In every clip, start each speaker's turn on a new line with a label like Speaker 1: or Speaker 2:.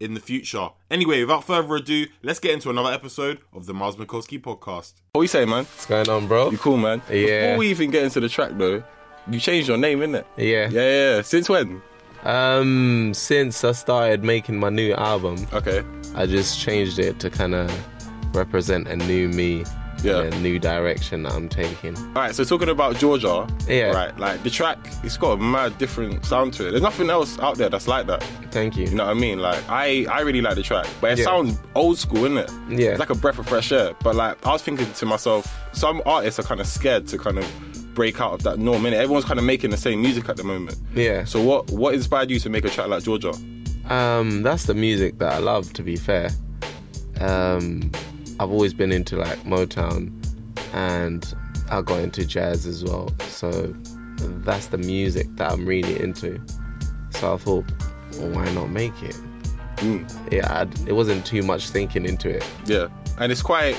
Speaker 1: in the future. Anyway, without further ado, let's get into another episode of the Miles Mikulski podcast.
Speaker 2: What you say, man?
Speaker 3: What's going on, bro?
Speaker 2: You cool, man?
Speaker 3: Yeah.
Speaker 2: Before we even get into the track, though, you changed your name, innit? Yeah,
Speaker 3: Yeah.
Speaker 2: yeah. yeah. Since when?
Speaker 3: Um, since I started making my new album,
Speaker 2: Okay.
Speaker 3: I just changed it to kind of represent a new me,
Speaker 2: Yeah.
Speaker 3: and a new direction that I'm taking.
Speaker 2: All right. So talking about Georgia.
Speaker 3: Yeah.
Speaker 2: Right. Like the track, it's got a mad different sound to it. There's nothing else out there that's like that.
Speaker 3: Thank you.
Speaker 2: You know what I mean? Like I, I really like the track, but it
Speaker 3: Yeah.
Speaker 2: sounds old school, innit?
Speaker 3: Yeah.
Speaker 2: It's like a breath of fresh air. But like I was thinking to myself, some artists are kind of scared to kind of break out of that norm, innit? Everyone's kind of making the same music at the moment.
Speaker 3: Yeah.
Speaker 2: So what, what inspired you to make a track like Georgia?
Speaker 3: Um, that's the music that I love. To be fair, um, I've always been into like Motown, and I got into jazz as well. So that's the music that I'm really into. So I thought, well, why not make it?
Speaker 2: Hmm.
Speaker 3: Yeah, I'd, it wasn't too much thinking into it.
Speaker 2: Yeah, and it's quite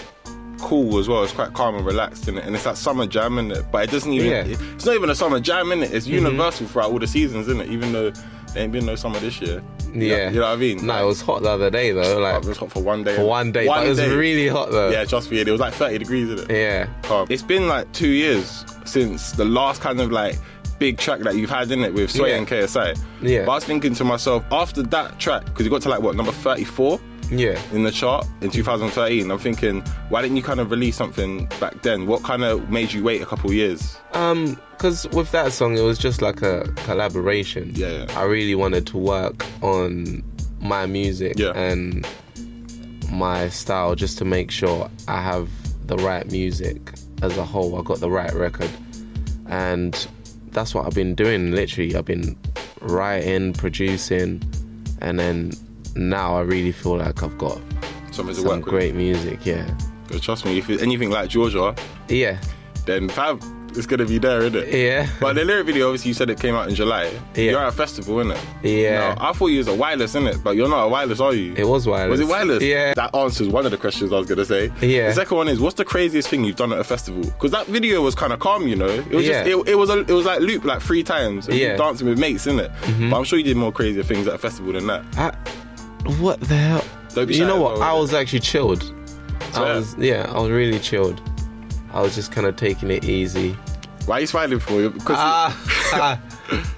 Speaker 2: cool as well. It's quite calm and relaxed in it, and it's that summer jam in it. But it doesn't even.
Speaker 3: Yeah. Mm-hmm.
Speaker 2: It's not even a summer jam in it. It's universal throughout all the seasons in it, even though. There ain't been no summer this year. You know-
Speaker 3: Yeah,
Speaker 2: you know what I mean?
Speaker 3: No, it was hot the other day though.
Speaker 2: Like,
Speaker 3: Like
Speaker 2: it was hot for one day.
Speaker 3: for one day, but it was really hot though.
Speaker 2: Yeah, trust me, it was like 30 degrees in it.
Speaker 3: yeah.
Speaker 2: Calm. It's been like two years since the last kind of like big track that you've had in it with Sway
Speaker 3: Yeah.
Speaker 2: and KSI.
Speaker 3: Yeah.
Speaker 2: But I was thinking to myself after that track because it got to like what number 34
Speaker 3: yeah.
Speaker 2: in the chart in 2013. I'm thinking, why didn't you kind of release something back then? What kind of made you wait a couple years?
Speaker 3: Um, because with that song, it was just like a collaboration.
Speaker 2: Yeah, yeah.
Speaker 3: I really wanted to work on my music
Speaker 2: Yeah.
Speaker 3: and my style just to make sure I have the right music as a whole. I got the right record, and that's what I've been doing. Literally, I've been writing, producing, and then now I really feel like I've got
Speaker 2: Something to
Speaker 3: some
Speaker 2: work
Speaker 3: great music. Yeah,
Speaker 2: with. 'Cause Trust me, if it's anything like Georgia,
Speaker 3: yeah,
Speaker 2: then fam, it's gonna be there, isn't it?
Speaker 3: Yeah.
Speaker 2: But the lyric video, obviously, you said it came out in July.
Speaker 3: Yeah.
Speaker 2: You're at a festival, innit?
Speaker 3: Yeah.
Speaker 2: Now, I thought you was a wireless, innit? But you're not a wireless, are you?
Speaker 3: It was wireless.
Speaker 2: Was it wireless?
Speaker 3: Yeah.
Speaker 2: That answers one of the questions I was gonna say.
Speaker 3: Yeah.
Speaker 2: The second one is, what's the craziest thing you've done at a festival? Because that video was kind of calm, you know. It was just,
Speaker 3: Yeah.
Speaker 2: it, it was a, it was like loop like three times. And you
Speaker 3: Yeah. Mm-hmm.
Speaker 2: Dancing with mates, innit? But I'm sure you did more crazier things at a festival than that.
Speaker 3: I, what the hell?
Speaker 2: Don't be
Speaker 3: you
Speaker 2: shy,
Speaker 3: know what?
Speaker 2: don't worry.
Speaker 3: I was actually chilled. I
Speaker 2: Swear.
Speaker 3: was yeah, I was really chilled. I was just kind of taking it easy.
Speaker 2: Why are you smiling for? Because
Speaker 3: Ah,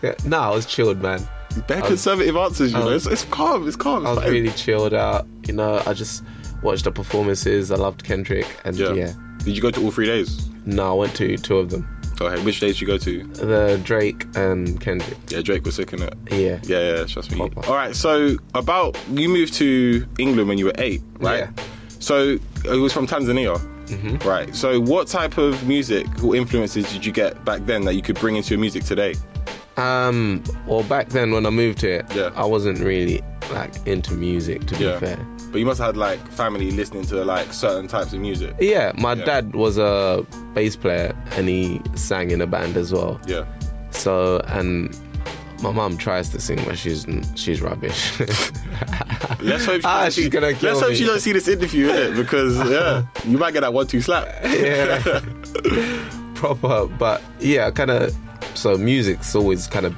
Speaker 3: yeah, no, I was chilled, man.
Speaker 2: they're conservative answers, you know. It's, it's calm. It's calm.
Speaker 3: I
Speaker 2: it's
Speaker 3: was
Speaker 2: fine.
Speaker 3: really chilled out. You know, I just watched the performances. I loved Kendrick, and yeah,
Speaker 2: Did you go to all three days?
Speaker 3: no, I went to two of them,
Speaker 2: Okay. Which days did you go to?
Speaker 3: the Drake and Kendrick.
Speaker 2: Yeah, Drake was sick in it.
Speaker 3: Yeah,
Speaker 2: Yeah, yeah, trust me.
Speaker 3: Proper.
Speaker 2: All right, so about you moved to England when you were eight, right?
Speaker 3: Yeah. Mm-hmm.
Speaker 2: So uh, it was from Tanzania, right? So what type of music or influences did you get back then that you could bring into your music today?
Speaker 3: Um, well, back then when I moved here,
Speaker 2: Yeah.
Speaker 3: I wasn't really like into music, to be fair.
Speaker 2: But you must have had like family listening to like certain types of music.
Speaker 3: Yeah, my
Speaker 2: Yeah.
Speaker 3: dad was a bass player and he sang in a band as well.
Speaker 2: Yeah.
Speaker 3: So and my mum tries to sing, but she's she's rubbish.
Speaker 2: Let's hope she,
Speaker 3: Ah, she's gonna kill
Speaker 2: Let's hope
Speaker 3: me.
Speaker 2: she don't see this interview, innit? Because yeah, you might get that one-two slap.
Speaker 3: yeah. proper but yeah kind of so music's always kind of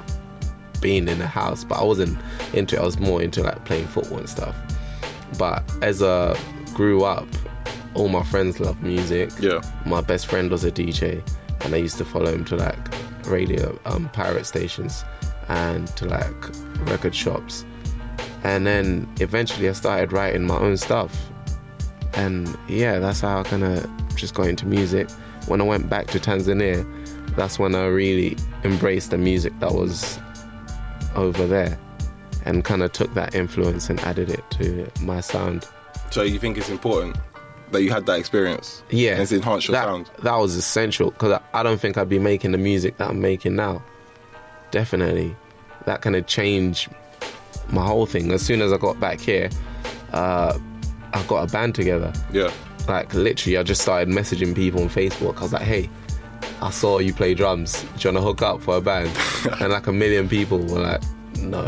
Speaker 3: been in the house but i wasn't into it i was more into like playing football and stuff but as i grew up all my friends loved music
Speaker 2: Yeah.
Speaker 3: my best friend was a dj and i used to follow him to like radio um, pirate stations and to like record shops and then eventually i started writing my own stuff and yeah, that's how I kind of just got into music. When I went back to Tanzania, that's when I really embraced the music that was over there and kind of took that influence and added it to my sound.
Speaker 2: So you think it's important that you had that experience?
Speaker 3: Yeah,
Speaker 2: And it's enhanced your
Speaker 3: that,
Speaker 2: sound.
Speaker 3: That was essential because I, I don't think I'd be making the music that I'm making now. Definitely, that kind of changed my whole thing. As soon as I got back here, uh, I got a band together.
Speaker 2: Yeah.
Speaker 3: like literally I just started messaging people on Facebook. I was like, hey, I saw you play drums. Do you wanna hook up for a band? and like a million people were like, no.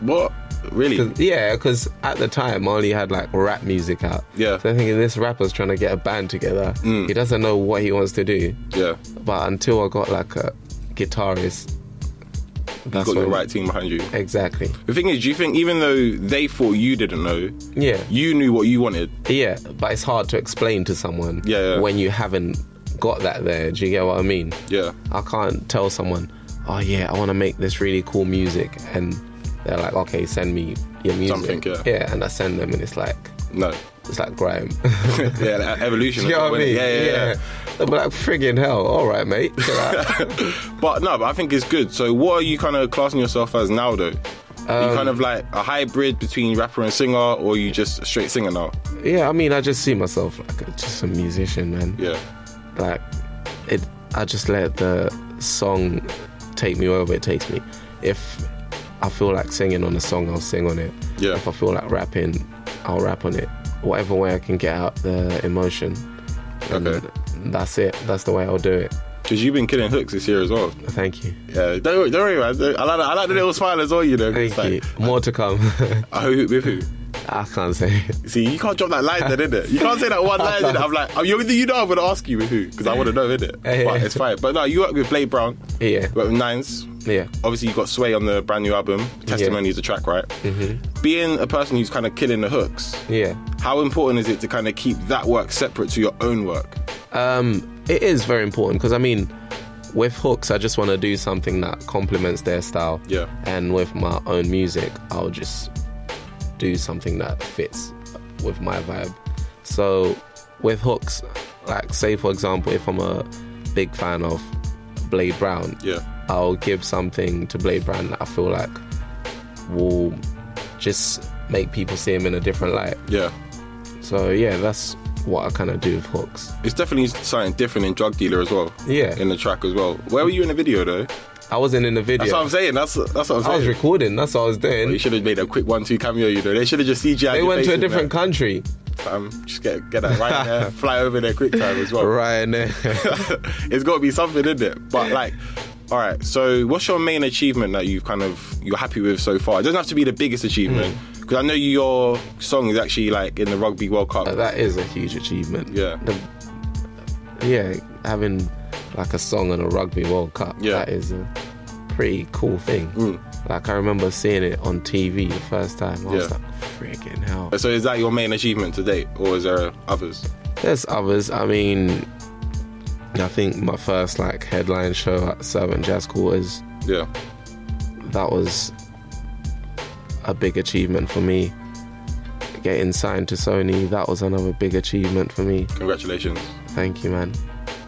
Speaker 2: What? Really?
Speaker 3: 'Cause- yeah, because at the time I only had like rap music out.
Speaker 2: Yeah. Mm.
Speaker 3: So I'm thinking this rapper's trying to get a band together. He doesn't know what he wants to do.
Speaker 2: Yeah.
Speaker 3: But until I got like a guitarist,
Speaker 2: You
Speaker 3: that's
Speaker 2: got the
Speaker 3: when-
Speaker 2: right team behind you.
Speaker 3: Exactly.
Speaker 2: The thing is, do you think even though they thought you didn't know,
Speaker 3: Yeah.
Speaker 2: you knew what you wanted?
Speaker 3: Yeah, but it's hard to explain to someone
Speaker 2: Yeah, yeah.
Speaker 3: when you haven't got that there. Do you get what I mean?
Speaker 2: Yeah.
Speaker 3: I can't tell someone, oh yeah, I want to make this really cool music, and they're like, okay, send me your music.
Speaker 2: Something, yeah.
Speaker 3: and I send them, and it's like,
Speaker 2: No.
Speaker 3: it's like grime.
Speaker 2: Yeah, that evolution.
Speaker 3: Do you know what I
Speaker 2: Yeah,
Speaker 3: mean?
Speaker 2: yeah, yeah.
Speaker 3: They'll be like, friggin' hell, all right, mate. Chill out.
Speaker 2: But no, but I think it's good. So what are you kind of classing yourself as now, though? are you kind
Speaker 3: Um,
Speaker 2: of like a hybrid between rapper and singer, or are you just a straight singer now?
Speaker 3: yeah, I mean, I just see myself like just a musician, man.
Speaker 2: Yeah.
Speaker 3: like it i just let the song take me wherever it takes me if i feel like singing on a song i'll sing on it
Speaker 2: Yeah.
Speaker 3: if i feel like rapping i'll rap on it whatever way i can get out the emotion And
Speaker 2: Okay.
Speaker 3: that's it that's the way i'll do it
Speaker 2: Because you've been killing hooks this year as well.
Speaker 3: thank you
Speaker 2: Yeah. Don't, worry- don't worry, man. I like, the- I like the little smile as well, you know. 'cause
Speaker 3: thank
Speaker 2: it's like,
Speaker 3: you more to come
Speaker 2: I hoop with who?
Speaker 3: i can't say
Speaker 2: See, you can't drop that line then, innit? You can't say that one line. innit? I'm like, I'm, you you know I'm gonna ask you with who because I want to know, innit?
Speaker 3: Yeah.
Speaker 2: But it's fine. But no, you work with Blade Brown.
Speaker 3: Yeah.
Speaker 2: You work with Nines.
Speaker 3: yeah
Speaker 2: Obviously, you got Sway on the brand new album. Testimony is a track, right? Mm-hmm. Being a person who's kind of killing the hooks,
Speaker 3: yeah
Speaker 2: how important is it to kind of keep that work separate to your own work?
Speaker 3: Um, it is very important because I mean, with hooks, I just want to do something that complements their style.
Speaker 2: Yeah.
Speaker 3: And with my own music, I'll just do something that fits with my vibe. So, with hooks, like say for example, if I'm a big fan of Blade Brown,
Speaker 2: Yeah.
Speaker 3: I'll give something to Blade Brown that I feel like will just make people see him in a different light.
Speaker 2: Yeah.
Speaker 3: So yeah, that's what I kind of do with hooks.
Speaker 2: It's definitely something different in Drug Dealer as well.
Speaker 3: Yeah.
Speaker 2: In the track as well. Where were you in the video though?
Speaker 3: I wasn't in the video.
Speaker 2: That's what I'm saying. That's that's what I'm saying.
Speaker 3: I was recording. That's what I was
Speaker 2: Well, you
Speaker 3: doing.
Speaker 2: should have made a quick one-two cameo. You know, they should have just CGI.
Speaker 3: They
Speaker 2: your
Speaker 3: went to a
Speaker 2: faces, man.
Speaker 3: different country.
Speaker 2: fam. Just get get that right there, fly over there quick time as well.
Speaker 3: Right.
Speaker 2: it's got to be something in it. But like, all right. So, what's your main achievement that you've kind of you're happy with so far? It doesn't have to be the biggest achievement
Speaker 3: Mm.
Speaker 2: because I know your song is actually like in the Rugby World Cup.
Speaker 3: that is a huge achievement.
Speaker 2: Yeah.
Speaker 3: The- yeah, having like a song on a Rugby World Cup,
Speaker 2: Yeah. Hmm.
Speaker 3: that is a pretty cool thing. Like, I remember seeing it on TV the first time. I was
Speaker 2: Yeah.
Speaker 3: like, freaking hell.
Speaker 2: so, is that your main achievement to date, or is there others?
Speaker 3: There's others. I mean, I think my first like headline show at Servant Jazz Quarters
Speaker 2: Yeah,
Speaker 3: that was a big achievement for me. Getting signed to Sony, that was another big achievement for me.
Speaker 2: congratulations.
Speaker 3: Thank you, man.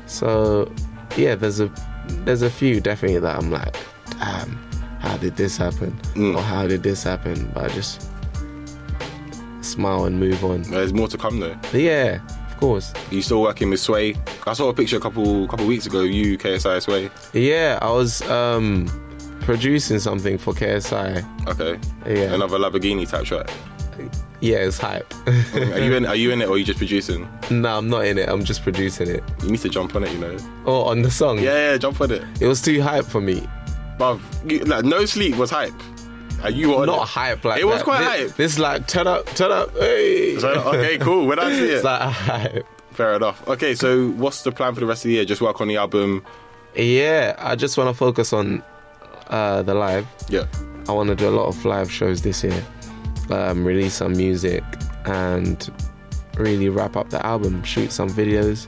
Speaker 3: So, yeah, there's a there's a few definitely that I'm like, damn, how did this happen? Or how did this happen? But I just smile and move on.
Speaker 2: There's more to come though.
Speaker 3: But yeah, of course.
Speaker 2: You still working with Sway? I saw a picture a couple couple weeks ago. You KSI Sway.
Speaker 3: Yeah, I was um producing something for KSI.
Speaker 2: Okay.
Speaker 3: Yeah.
Speaker 2: Another Lamborghini type track.
Speaker 3: Yeah, it's hype.
Speaker 2: Are you in? Are you in it, or are you just producing?
Speaker 3: no, I'm not in it. I'm just producing it.
Speaker 2: You need to jump on it, you know.
Speaker 3: Oh, on the song.
Speaker 2: Yeah, yeah, jump on it.
Speaker 3: It was too hype for me.
Speaker 2: Bruv, you, like, no sleep was hype. Like you were on
Speaker 3: not
Speaker 2: it.
Speaker 3: hype like
Speaker 2: Oh, it was
Speaker 3: that.
Speaker 2: quite
Speaker 3: Thi-
Speaker 2: hype.
Speaker 3: This like turn up, turn up, hey.
Speaker 2: So, okay, cool. When I see it,
Speaker 3: it's like hype.
Speaker 2: fair enough. Okay, so what's the plan for the rest of the year? Just work on the album.
Speaker 3: Yeah, I just want to focus on uh, the live.
Speaker 2: Yeah,
Speaker 3: I want to do a lot of live shows this year, um, release some music, and really wrap up the album, shoot some videos,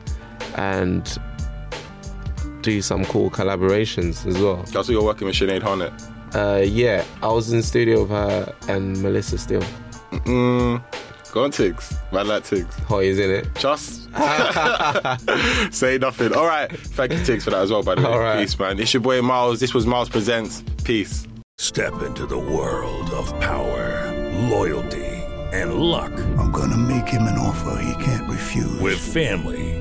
Speaker 3: and do some cool collaborations as well.
Speaker 2: that's what you're working with Sinead Harnett.
Speaker 3: Uh, yeah, I was in the studio with her and Melissa Steele.
Speaker 2: Mm, Go on, Tiggs. Man like Tiggs.
Speaker 3: Hot is in it.
Speaker 2: Just say nothing. All right. Thank you, Tiggs, for that as well, by the way.
Speaker 3: All right.
Speaker 2: Peace, man. It's your boy Miles. This was Miles Presents. Peace.
Speaker 4: Step into the world of power, loyalty, and luck
Speaker 5: I'm going to make him an offer he can't refuse.
Speaker 4: with family,